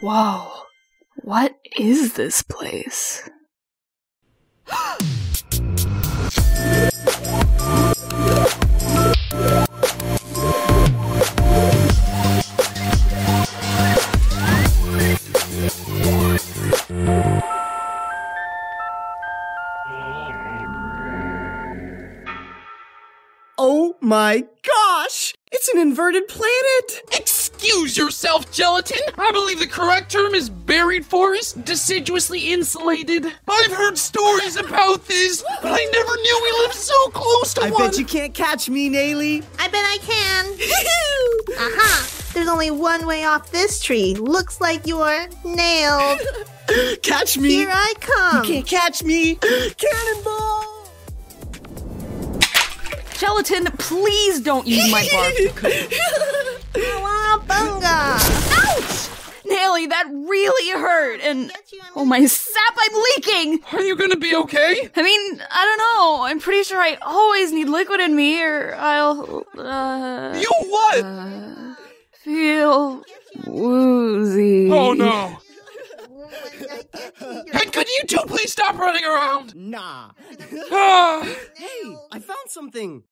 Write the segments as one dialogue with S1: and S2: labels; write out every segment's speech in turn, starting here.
S1: Whoa. What is this place?
S2: Oh my gosh! It's an inverted planet!
S3: Excuse yourself, gelatin! I believe the correct term is buried forest, deciduously insulated. I've heard stories about this, but I never knew we lived so close to
S2: I
S3: one.
S2: bet you can't catch me, Nayli.
S4: I bet I can. Aha! There's only one way off this tree. Looks like you're nailed.
S2: catch me!
S4: Here I come.
S2: can't catch me! Cannonball!
S5: Gelatin, please don't use my bark.
S4: Cowabunga!
S5: Nelly, that really hurt. And
S4: Get you, I'm
S5: oh my sap, I'm leaking.
S3: Are you gonna be okay?
S5: I mean, I don't know. I'm pretty sure I always need liquid in me, or I'll uh,
S3: You what?
S5: feel woozy.
S3: oh no.
S4: gonna- I get you.
S3: And could you two please stop running around?
S2: Nah.
S3: Ah.
S2: Hey, I found something.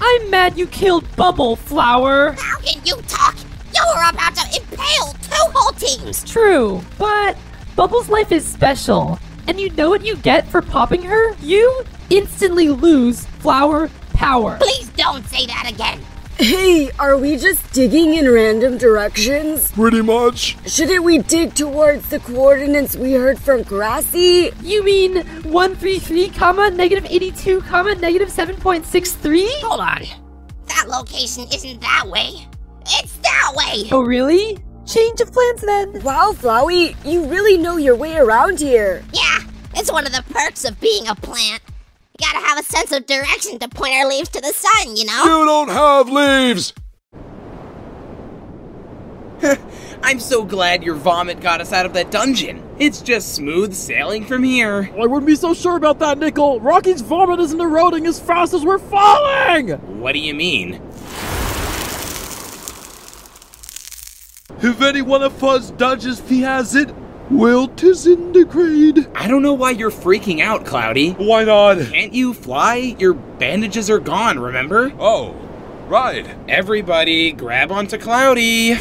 S6: I'm mad you killed Bubble Flower.
S7: How can you talk? You're about to impale two whole teams.
S6: It's true, but Bubble's life is special. And you know what you get for popping her? You instantly lose flower power.
S7: Please don't say that again.
S8: Hey, are we just digging in random directions?
S9: Pretty much.
S8: Shouldn't we dig towards the coordinates we heard from Grassy?
S6: You mean 133, comma, negative 82, comma, negative 7.63?
S7: Hold on. That location isn't that way. It's that way.
S6: Oh, really? Change of plans then.
S8: Wow, Flowey, you really know your way around here.
S7: Yeah, it's one of the perks of being a plant. You gotta have a sense of direction to point our leaves to the sun, you know?
S9: You don't have leaves.
S10: I'm so glad your vomit got us out of that dungeon. It's just smooth sailing from here.
S11: I wouldn't be so sure about that, Nickel. Rocky's vomit isn't eroding as fast as we're falling!
S10: What do you mean?
S9: If any one of us dodges the acid, well, tis in the grade.
S10: I don't know why you're freaking out, Cloudy.
S9: Why not?
S10: Can't you fly? Your bandages are gone, remember?
S9: Oh, right.
S10: Everybody, grab onto Cloudy.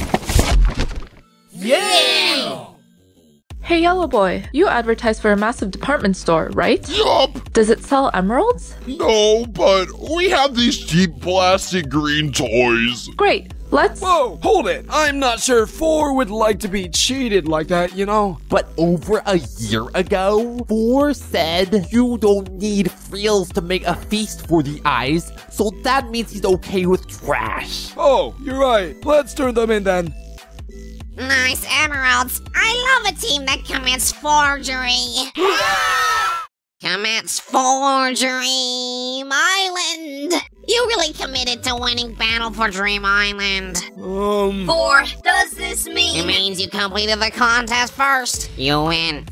S12: Hey, Yellow Boy, you advertise for a massive department store, right?
S9: Yup.
S12: Does it sell emeralds?
S9: No, but we have these cheap plastic green toys.
S12: Great, let's.
S11: Whoa, hold it. I'm not sure Four would like to be cheated like that, you know?
S13: But over a year ago, Four said you don't need frills to make a feast for the eyes, so that means he's okay with trash.
S11: Oh, you're right. Let's turn them in then.
S7: Nice emeralds. I love a team that commits forgery. commits forgery. Island. You really committed to winning Battle for Dream Island.
S11: Um.
S7: Four. Does this mean? It means you completed the contest first. You win.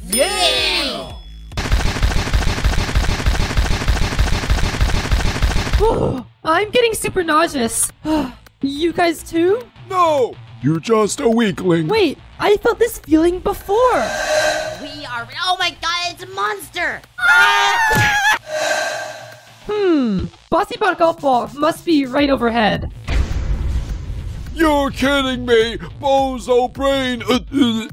S6: I'm getting super nauseous. you guys too?
S9: No! You're just a weakling.
S6: Wait, I felt this feeling before.
S7: We are. Oh my god, it's a monster.
S6: Hmm. Bossy bought a golf ball. Must be right overhead.
S9: You're kidding me! Bozo brain! Uh, uh,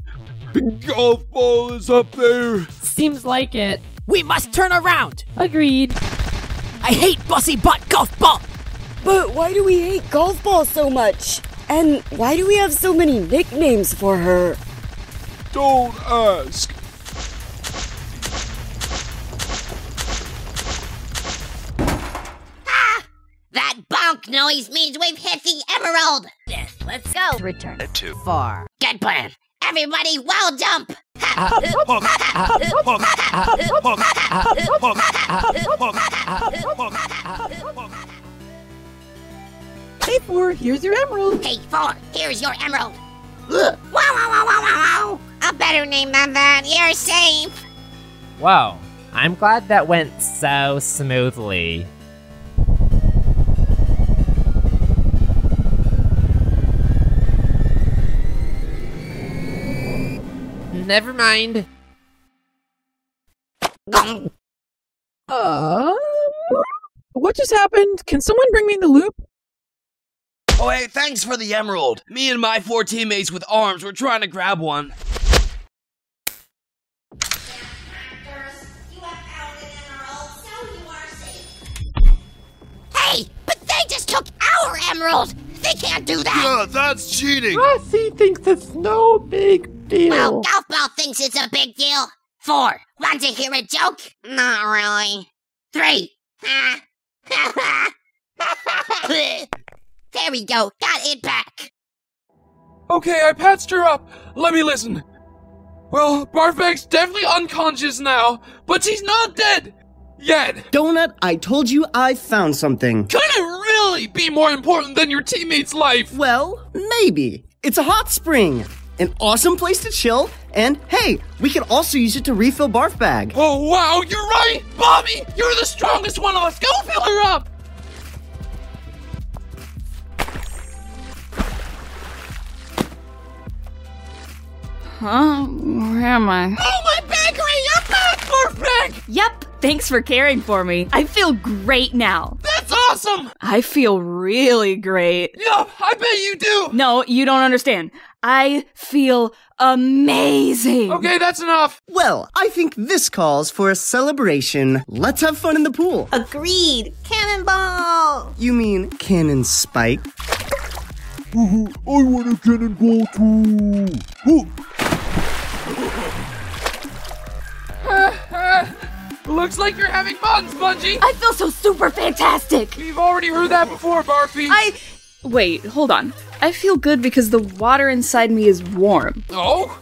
S9: the golf ball is up there!
S6: Seems like it.
S13: We must turn around!
S6: Agreed.
S13: I hate bossy butt golf ball!
S8: But why do we hate golf ball so much? And why do we have so many nicknames for her?
S9: Don't ask!
S7: That bonk noise means we've hit the emerald. Yes, let's go.
S4: Return
S9: Two.
S4: far.
S7: Good plan. Everybody, well jump.
S11: Oh,
S6: Hey, Four, here's your emerald.
S7: Hey, four. Here's your emerald. Ugh. Wow, wow, wow, wow, wow, wow. A better name than that. You're safe.
S13: Whoa, I'm glad that went so smoothly. Never mind.
S11: Um, what just happened? Can someone bring me in the loop?
S14: Oh, hey, thanks for the emerald. Me and my four teammates with arms were trying to grab one.
S7: Hey, but they just took our emerald! They can't do that!
S15: Yeah, that's cheating.
S7: Rossi
S11: thinks it's no big deal.
S7: Well, Golfball thinks it's a big deal. Four, want to hear a joke? Not really. Three, ah. there we go, got it back.
S3: Okay, I patched her up. Let me listen. Well, Barfback's definitely unconscious now, but he's not dead yet.
S2: Donut, I told you I found something.
S3: Could it really be more important than your teammate's life?
S2: Well, maybe. It's a hot spring, an awesome place to chill, and hey, we can also use it to refill barf bag.
S3: Oh, wow, you're right! Bobby, you're the strongest one of us! Go fill her up!
S5: Huh? Where am I?
S3: Oh, my bakery! You're back, Barfback!
S5: Yep, thanks for caring for me. I feel great now.
S3: That's awesome!
S5: I feel really great.
S3: Yeah, I bet you do!
S5: No, you don't understand. I feel amazing.
S3: Okay, that's enough.
S2: Well, I think this calls for a celebration. Let's have fun in the pool.
S4: Agreed. Cannonball!
S2: You mean cannon spike?
S15: Ooh, Mm-hmm. I want a cannonball too. Ooh.
S3: Looks like you're having fun, Spongy!
S5: I feel so super fantastic.
S3: We've already heard that before, Barfy!
S5: I. Wait, hold on. I feel good because the water inside me is warm.
S3: Oh?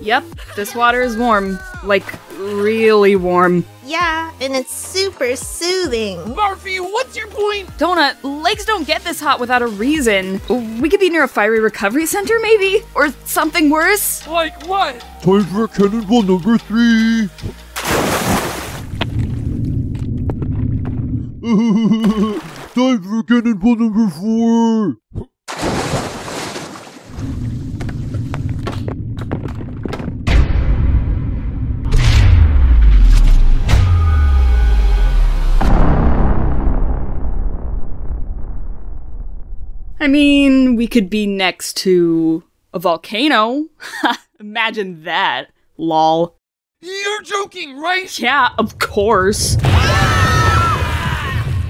S5: Yep, this water is warm. Like, really warm.
S4: Yeah, and it's super soothing.
S3: Barfy, what's your point?
S5: Donut, lakes don't get this hot without a reason. We could be near a fiery recovery center, maybe? Or something worse?
S3: Like what?
S15: Time for cannonball number three. Time for cannonball number four.
S5: I mean, we could be next to a volcano. Imagine that. Lol.
S3: You're joking, right?
S5: Yeah, of course.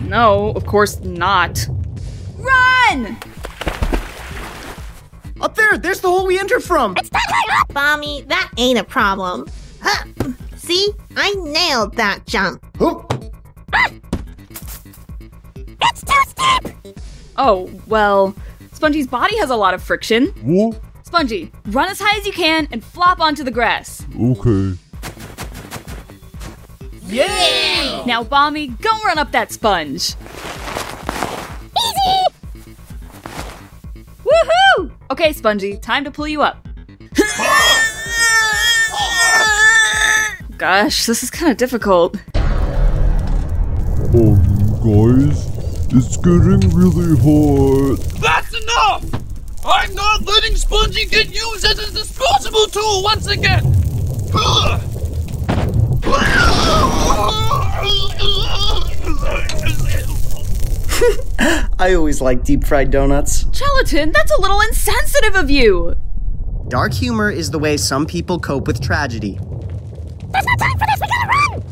S5: No, of course not. Run!
S2: Up there, there's the hole we entered from.
S4: Bommy, that ain't a problem. Huh. See? I nailed that jump. Ah!
S7: It's too steep!
S5: Oh, well, Spongy's body has a lot of friction.
S15: What?
S5: Spongy, run as high as you can and flop onto the grass.
S15: Okay.
S5: Yeah! Now, Bommy, go run up that sponge.
S7: Easy!
S5: Woohoo! Okay, Spongy, time to pull you up. Gosh, this is kind of difficult.
S15: Um, guys, it's getting really hot.
S3: That's enough! I'm not letting Spongy get used as a disposable tool once again! Ugh.
S2: I always like deep fried donuts.
S5: Gelatin, that's a little insensitive of you.
S2: Dark humor is the way some people cope with tragedy.
S7: There's no time for this, we gotta run!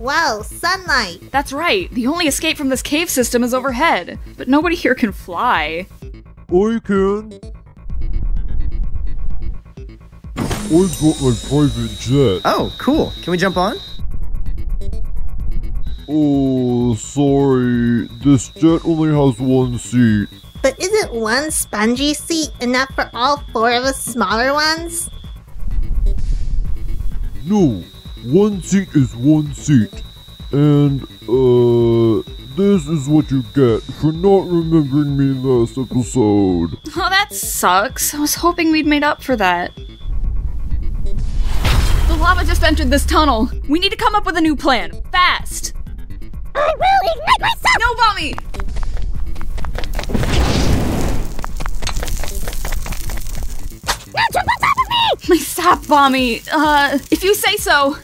S4: Whoa, sunlight!
S5: That's right, the only escape from this cave system is overhead, but nobody here can fly.
S15: I can. I've got my private jet.
S2: Oh, cool. Can we jump on?
S15: Oh, sorry. This jet only has one seat.
S4: But isn't one spongy seat enough for all four of us smaller ones?
S15: No, one seat is one seat. And, uh, this is what you get for not remembering me last episode.
S5: Oh, that sucks. I was hoping we'd made up for that. The lava just entered this tunnel. We need to come up with a new plan. Fast!
S7: I will ignite myself!
S5: No, Bommy! Bommy, uh, if you say so.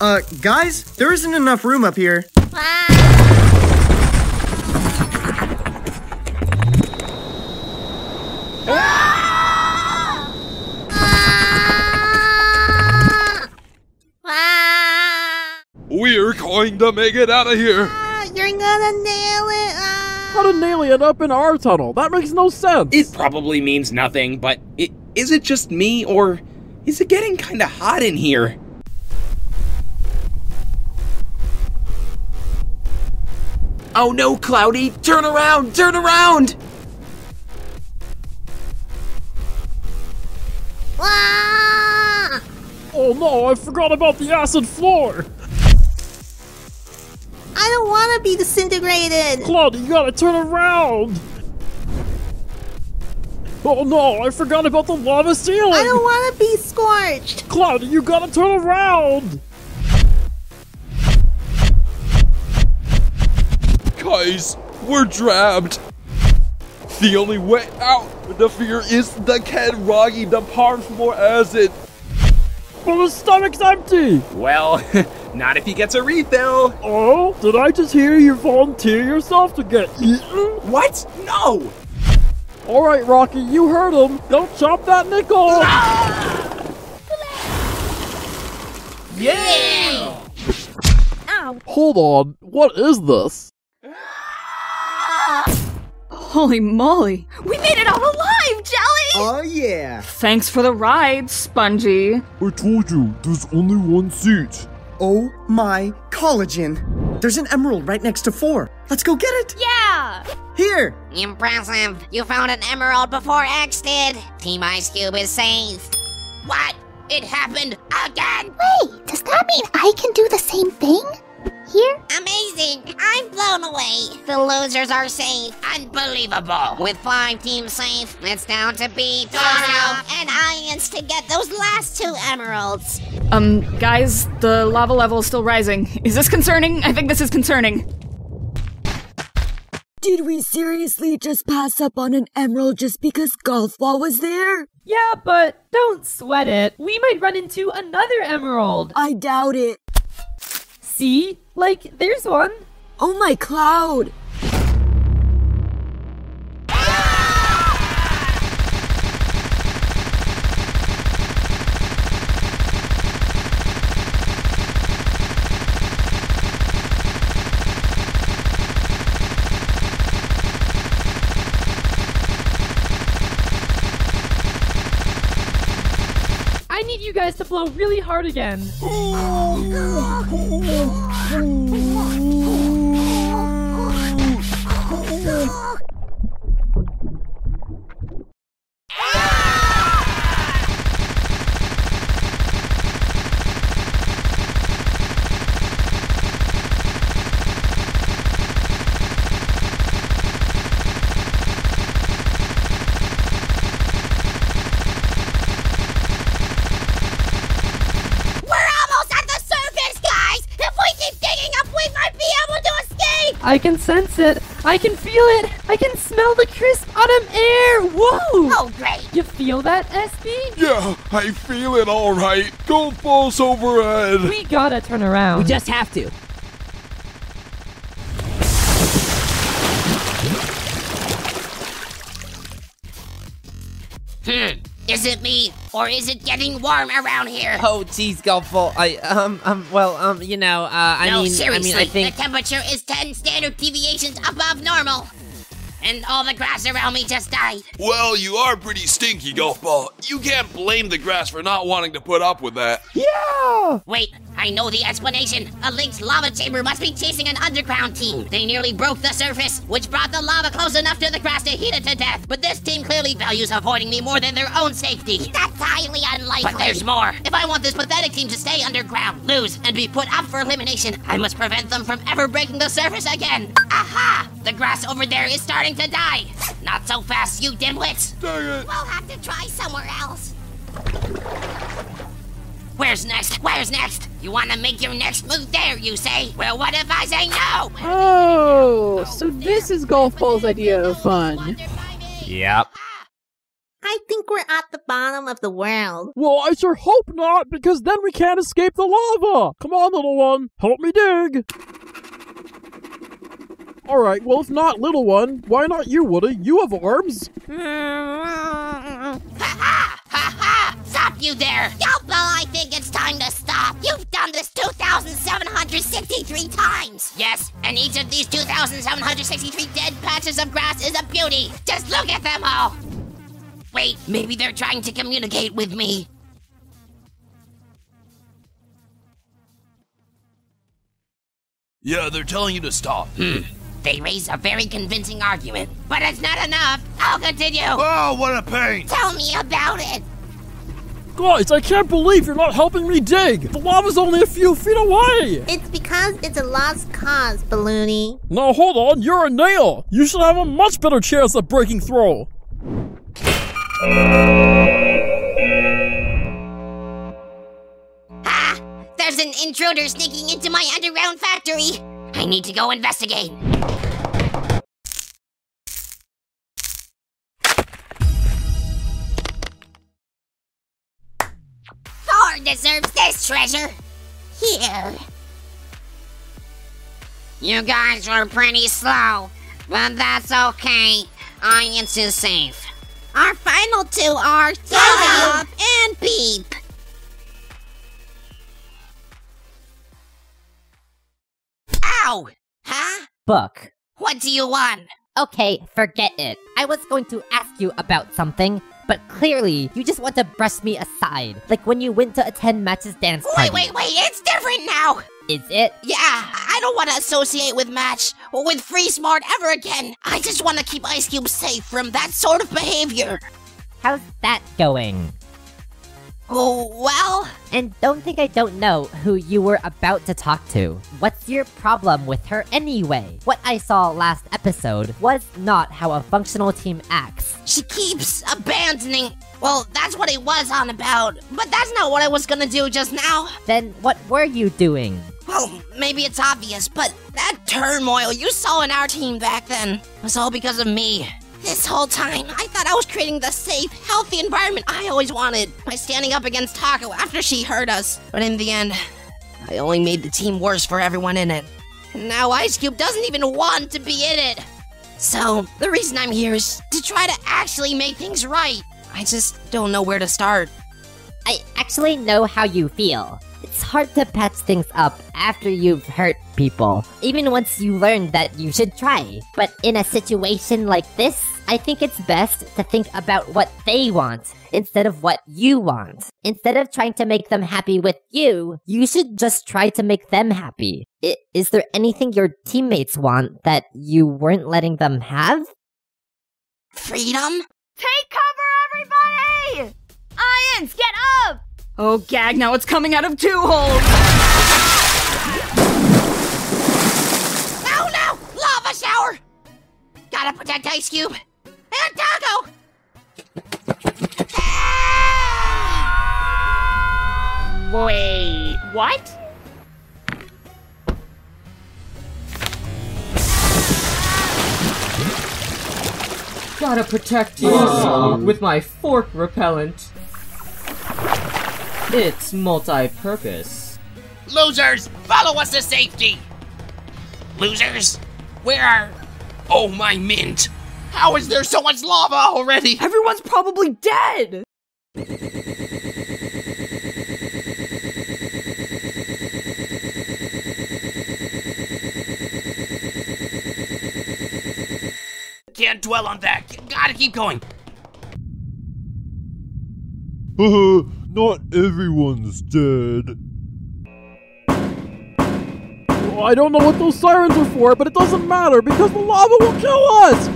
S2: Uh, guys, there isn't enough room up here.
S9: We're going to make it out of here.
S4: Ah, you're gonna nail it. Ah.
S11: How to nail it up in our tunnel? That makes no sense.
S10: It probably means nothing, but it, is it just me, or is it getting kinda hot in here? Oh no, Cloudy! Turn around! Turn around!
S11: Oh no, I forgot about the acid floor.
S4: I don't want to be disintegrated.
S11: Cloudy, you gotta turn around. Oh no, I forgot about the lava ceiling. I don't
S4: want to be scorched.
S11: Cloudy, you gotta turn around.
S9: Guys, we're trapped. The only way out of the fear is the Kenragi, the Parfmore acid.
S11: But the stomach's empty.
S10: Well, not if he gets a refill.
S11: Oh, did I just hear you volunteer yourself to get eaten?
S10: What? No!
S11: All right, Rocky, you heard him. Don't chop that nickel.
S10: Yeah!
S11: Hold on, what is this?
S5: Holy moly. We made it out alive, Jelly!
S2: Oh, yeah.
S5: Thanks for the ride, Spongy.
S15: I told you, there's only one seat.
S2: Oh my collagen. There's an emerald right next to four. Let's go get it.
S5: Yeah!
S2: Here.
S7: Impressive. You found an emerald before X did. Team Ice Cube is safe. What? It happened again?
S16: Wait, does that mean I can do the same thing? Here?
S7: Amazing. I'm blown away. The losers are safe. Unbelievable. With five teams safe, it's down to B, Tono, and Ions to get those last two emeralds.
S5: Um, guys, the lava level is still rising. Is this concerning? I think this is concerning.
S8: Did we seriously just pass up on an emerald just because Golf Ball was there?
S6: Yeah, but don't sweat it. We might run into another emerald.
S8: I doubt it.
S6: See? Like, there's one.
S8: Oh my cloud!
S6: I need you guys to blow really hard again.
S7: We're almost at the surface, guys! If we keep digging up, we might be able to escape!
S6: I can sense it. I can feel it. I can smell the crisp autumn air. Whoa!
S7: Oh, great.
S6: You feel that, SB?
S9: Yeah, I feel it all right. Golf balls overhead.
S6: We gotta turn around.
S17: We just have to.
S7: Hmm. Is it me, or is it getting warm around here?
S17: Oh, geez, Golfball. I um um well um you know uh I
S7: no,
S17: mean
S7: seriously,
S17: I mean I think
S7: the temperature is 10 standard deviations above normal. And all the grass around me just died.
S3: Well, you are pretty stinky, golf ball. You can't blame the grass for not wanting to put up with that.
S17: Yeah!
S7: Wait, I know the explanation. A linked lava chamber must be chasing an underground team. They nearly broke the surface, which brought the lava close enough to the grass to heat it to death. But this team clearly values avoiding me more than their own safety. That's highly unlikely. But there's more. If I want this pathetic team to stay underground, lose, and be put up for elimination, I must prevent them from ever breaking the surface again. Aha! The grass over there is starting to die. Not so fast, you dimwits.
S9: Dang it.
S7: We'll have to try somewhere else. Where's next? Where's next? You want to make your next move there, you say? Well, what if I say no?
S17: Oh, so this is Golf Ball's idea of fun.
S13: Yep.
S4: think we're at the bottom of the world.
S11: Well, I sure hope not, because then we can't escape the lava. Come on, little one, help me dig. All right, well, if not little one, why not you, Woody? You have arms.
S7: ha ha! Ha ha! Stop you there! Yelp, I think it's time to stop! You've done this 2,763 times! Yes, and each of these 2,763 dead patches of grass is a beauty! Just look at them all! Wait, maybe they're trying to communicate with me.
S14: Yeah, they're telling you to stop. Hmm.
S7: They raise a very convincing argument, but it's not enough! I'll continue!
S14: Oh, what a pain!
S7: Tell me about it!
S11: Guys, I can't believe you're not helping me dig. The lava's only a few feet away.
S4: It's because it's a lost cause, Balloony.
S11: Now hold on, you're a nail. You should have a much better chance at breaking through.
S7: Ah! There's an intruder sneaking into my underground factory! I need to go investigate! Thor deserves this treasure! Here! You guys were pretty slow, but that's okay. Onions is safe. Our final two are Thumb and Peep. Ow! Huh?
S18: Book.
S7: What do you want?
S18: Okay, forget it. I was going to ask you about something, but clearly you just want to brush me aside, like when you went to attend Match's dance party.
S7: Wait, wait, wait! It's different now.
S18: Is it?
S7: Yeah, I don't want to associate with Match or with Free Smart ever again. I just want to keep Ice Cube safe from that sort of behavior.
S18: How's that going?
S7: Oh, well,
S18: And don't think I don't know who you were about to talk to. What's your problem with her anyway? What I saw last episode was not how a functional team acts.
S7: she keeps abandoning. Well, that's what it was on about, but that's not what I was gonna do just now.
S18: Then what were you doing?
S7: Well, maybe it's obvious, but that turmoil you saw in our team back then was all because of me. This whole time, I thought I was creating the safe, healthy environment I always wanted by standing up against Taco after she hurt us. But in the end, I only made the team worse for everyone in it. And now Ice Cube doesn't even want to be in it. So, the reason I'm here is to try to actually make things right. I just don't know where to start.
S18: I actually know how you feel. It's hard to patch things up after you've hurt people, even once you learn that you should try. But in a situation like this, I think it's best to think about what they want instead of what you want. Instead of trying to make them happy with you, you should just try to make them happy. I- is there anything your teammates want that you weren't letting them have?
S7: Freedom?
S19: Take cover, everybody! Ions, get up!
S5: Oh, gag, now it's coming out of two holes!
S7: No, Oh, no! Lava shower! Gotta protect Ice Cube! And Taco!
S5: Ah! Wait, what?
S20: Gotta protect you with my fork repellent. It's multi-purpose.
S3: Losers, follow us to safety! Losers, where are. Oh, my mint! How is there so much lava already?
S5: Everyone's probably dead!
S3: Can't dwell on that. Gotta keep going.
S15: Haha, not everyone's dead.
S11: Well, I don't know what those sirens are for, but it doesn't matter because the lava will kill us.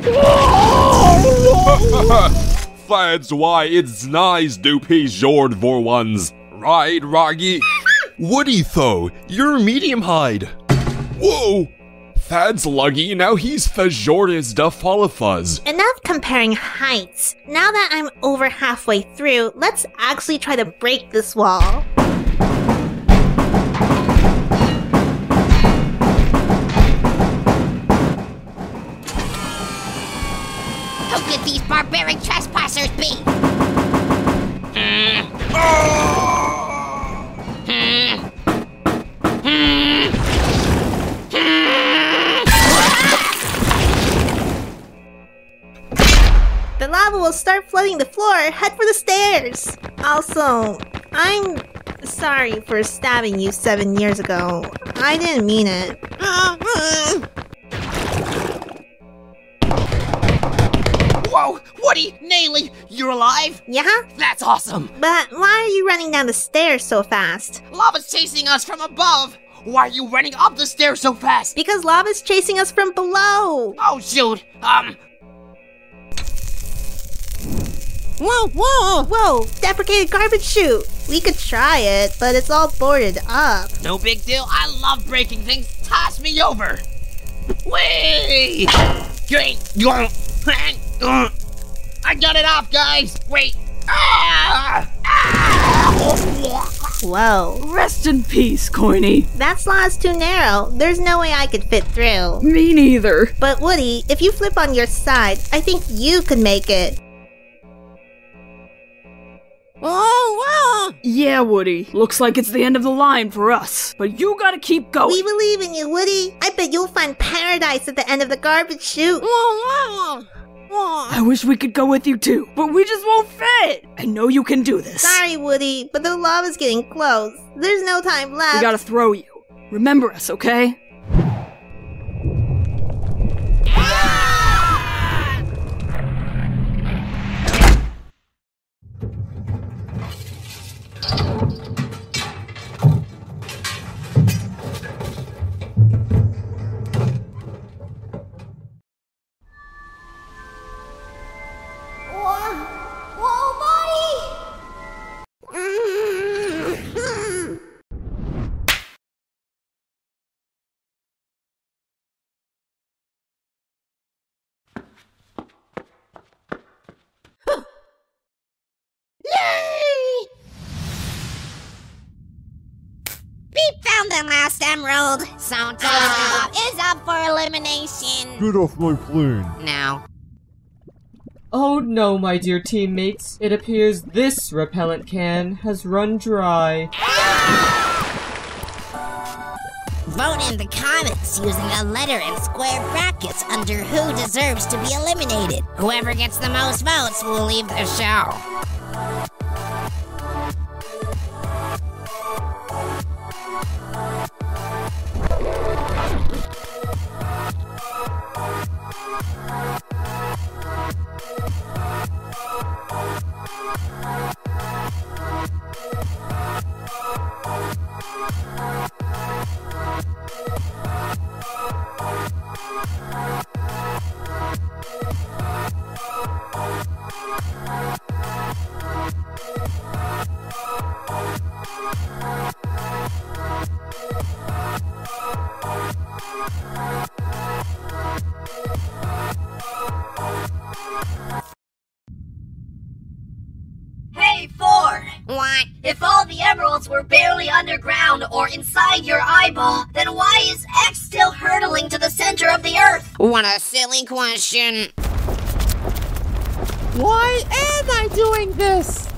S11: Oh,
S9: That's why it's nice to be short for once. Right, Rocky? Woody, though, you're medium hide. Whoa! That's lucky, now he's the shortest of all of us.
S4: Enough comparing heights. Now that I'm over halfway through, let's actually try to break this wall.
S7: Who could these barbaric trespassers be?
S4: The lava will start flooding the floor. Head for the stairs. Also, I'm sorry for stabbing you seven years ago. I didn't mean it. Mm.
S3: Whoa, Woody, Naley, you're alive?
S4: Yeah?
S3: That's awesome.
S4: But why are you running down the stairs so fast?
S3: Lava's chasing us from above. Why are you running up the stairs so fast?
S4: Because lava's chasing us from below.
S3: Oh shoot. Um,
S4: Whoa, whoa, whoa! Deprecated garbage chute! We could try it, but it's all boarded up.
S3: no big deal. I love breaking things. Toss me over. Wait. Great. Uh, I got it off, guys. Wait. Ah!
S4: Whoa.
S5: Rest in peace, Corny.
S4: That slot's too narrow. There's no way I could fit through.
S5: Me neither.
S4: But Woody, if you flip on your side, I think you could make it.
S5: Oh, wow! Yeah, Woody. Looks like it's the end of the line for us. But you gotta keep going.
S4: We believe in you, Woody. I bet you'll find paradise at the end of the garbage chute.
S5: I wish we could go with you too, but we just won't fit. I know you can do this.
S4: Sorry, Woody, but the lava's getting close. There's no time left.
S5: We gotta throw you. Remember us, okay?
S3: Yay!
S7: We found the last emerald. So
S3: Ah!
S7: Tesco is up for elimination.
S15: Get off my plane.
S7: Now.
S20: Oh no, my dear teammates. It appears this repellent can has run dry.
S7: Vote in the comments using a letter and square brackets under who deserves to be eliminated. Whoever gets the most votes will leave the show.
S18: Hey, Ford!
S7: What?
S18: If all the emeralds were barely underground or inside your eyeball, then why is X still hurtling to the center of the Earth?
S7: What a silly question.
S21: Why am I doing this?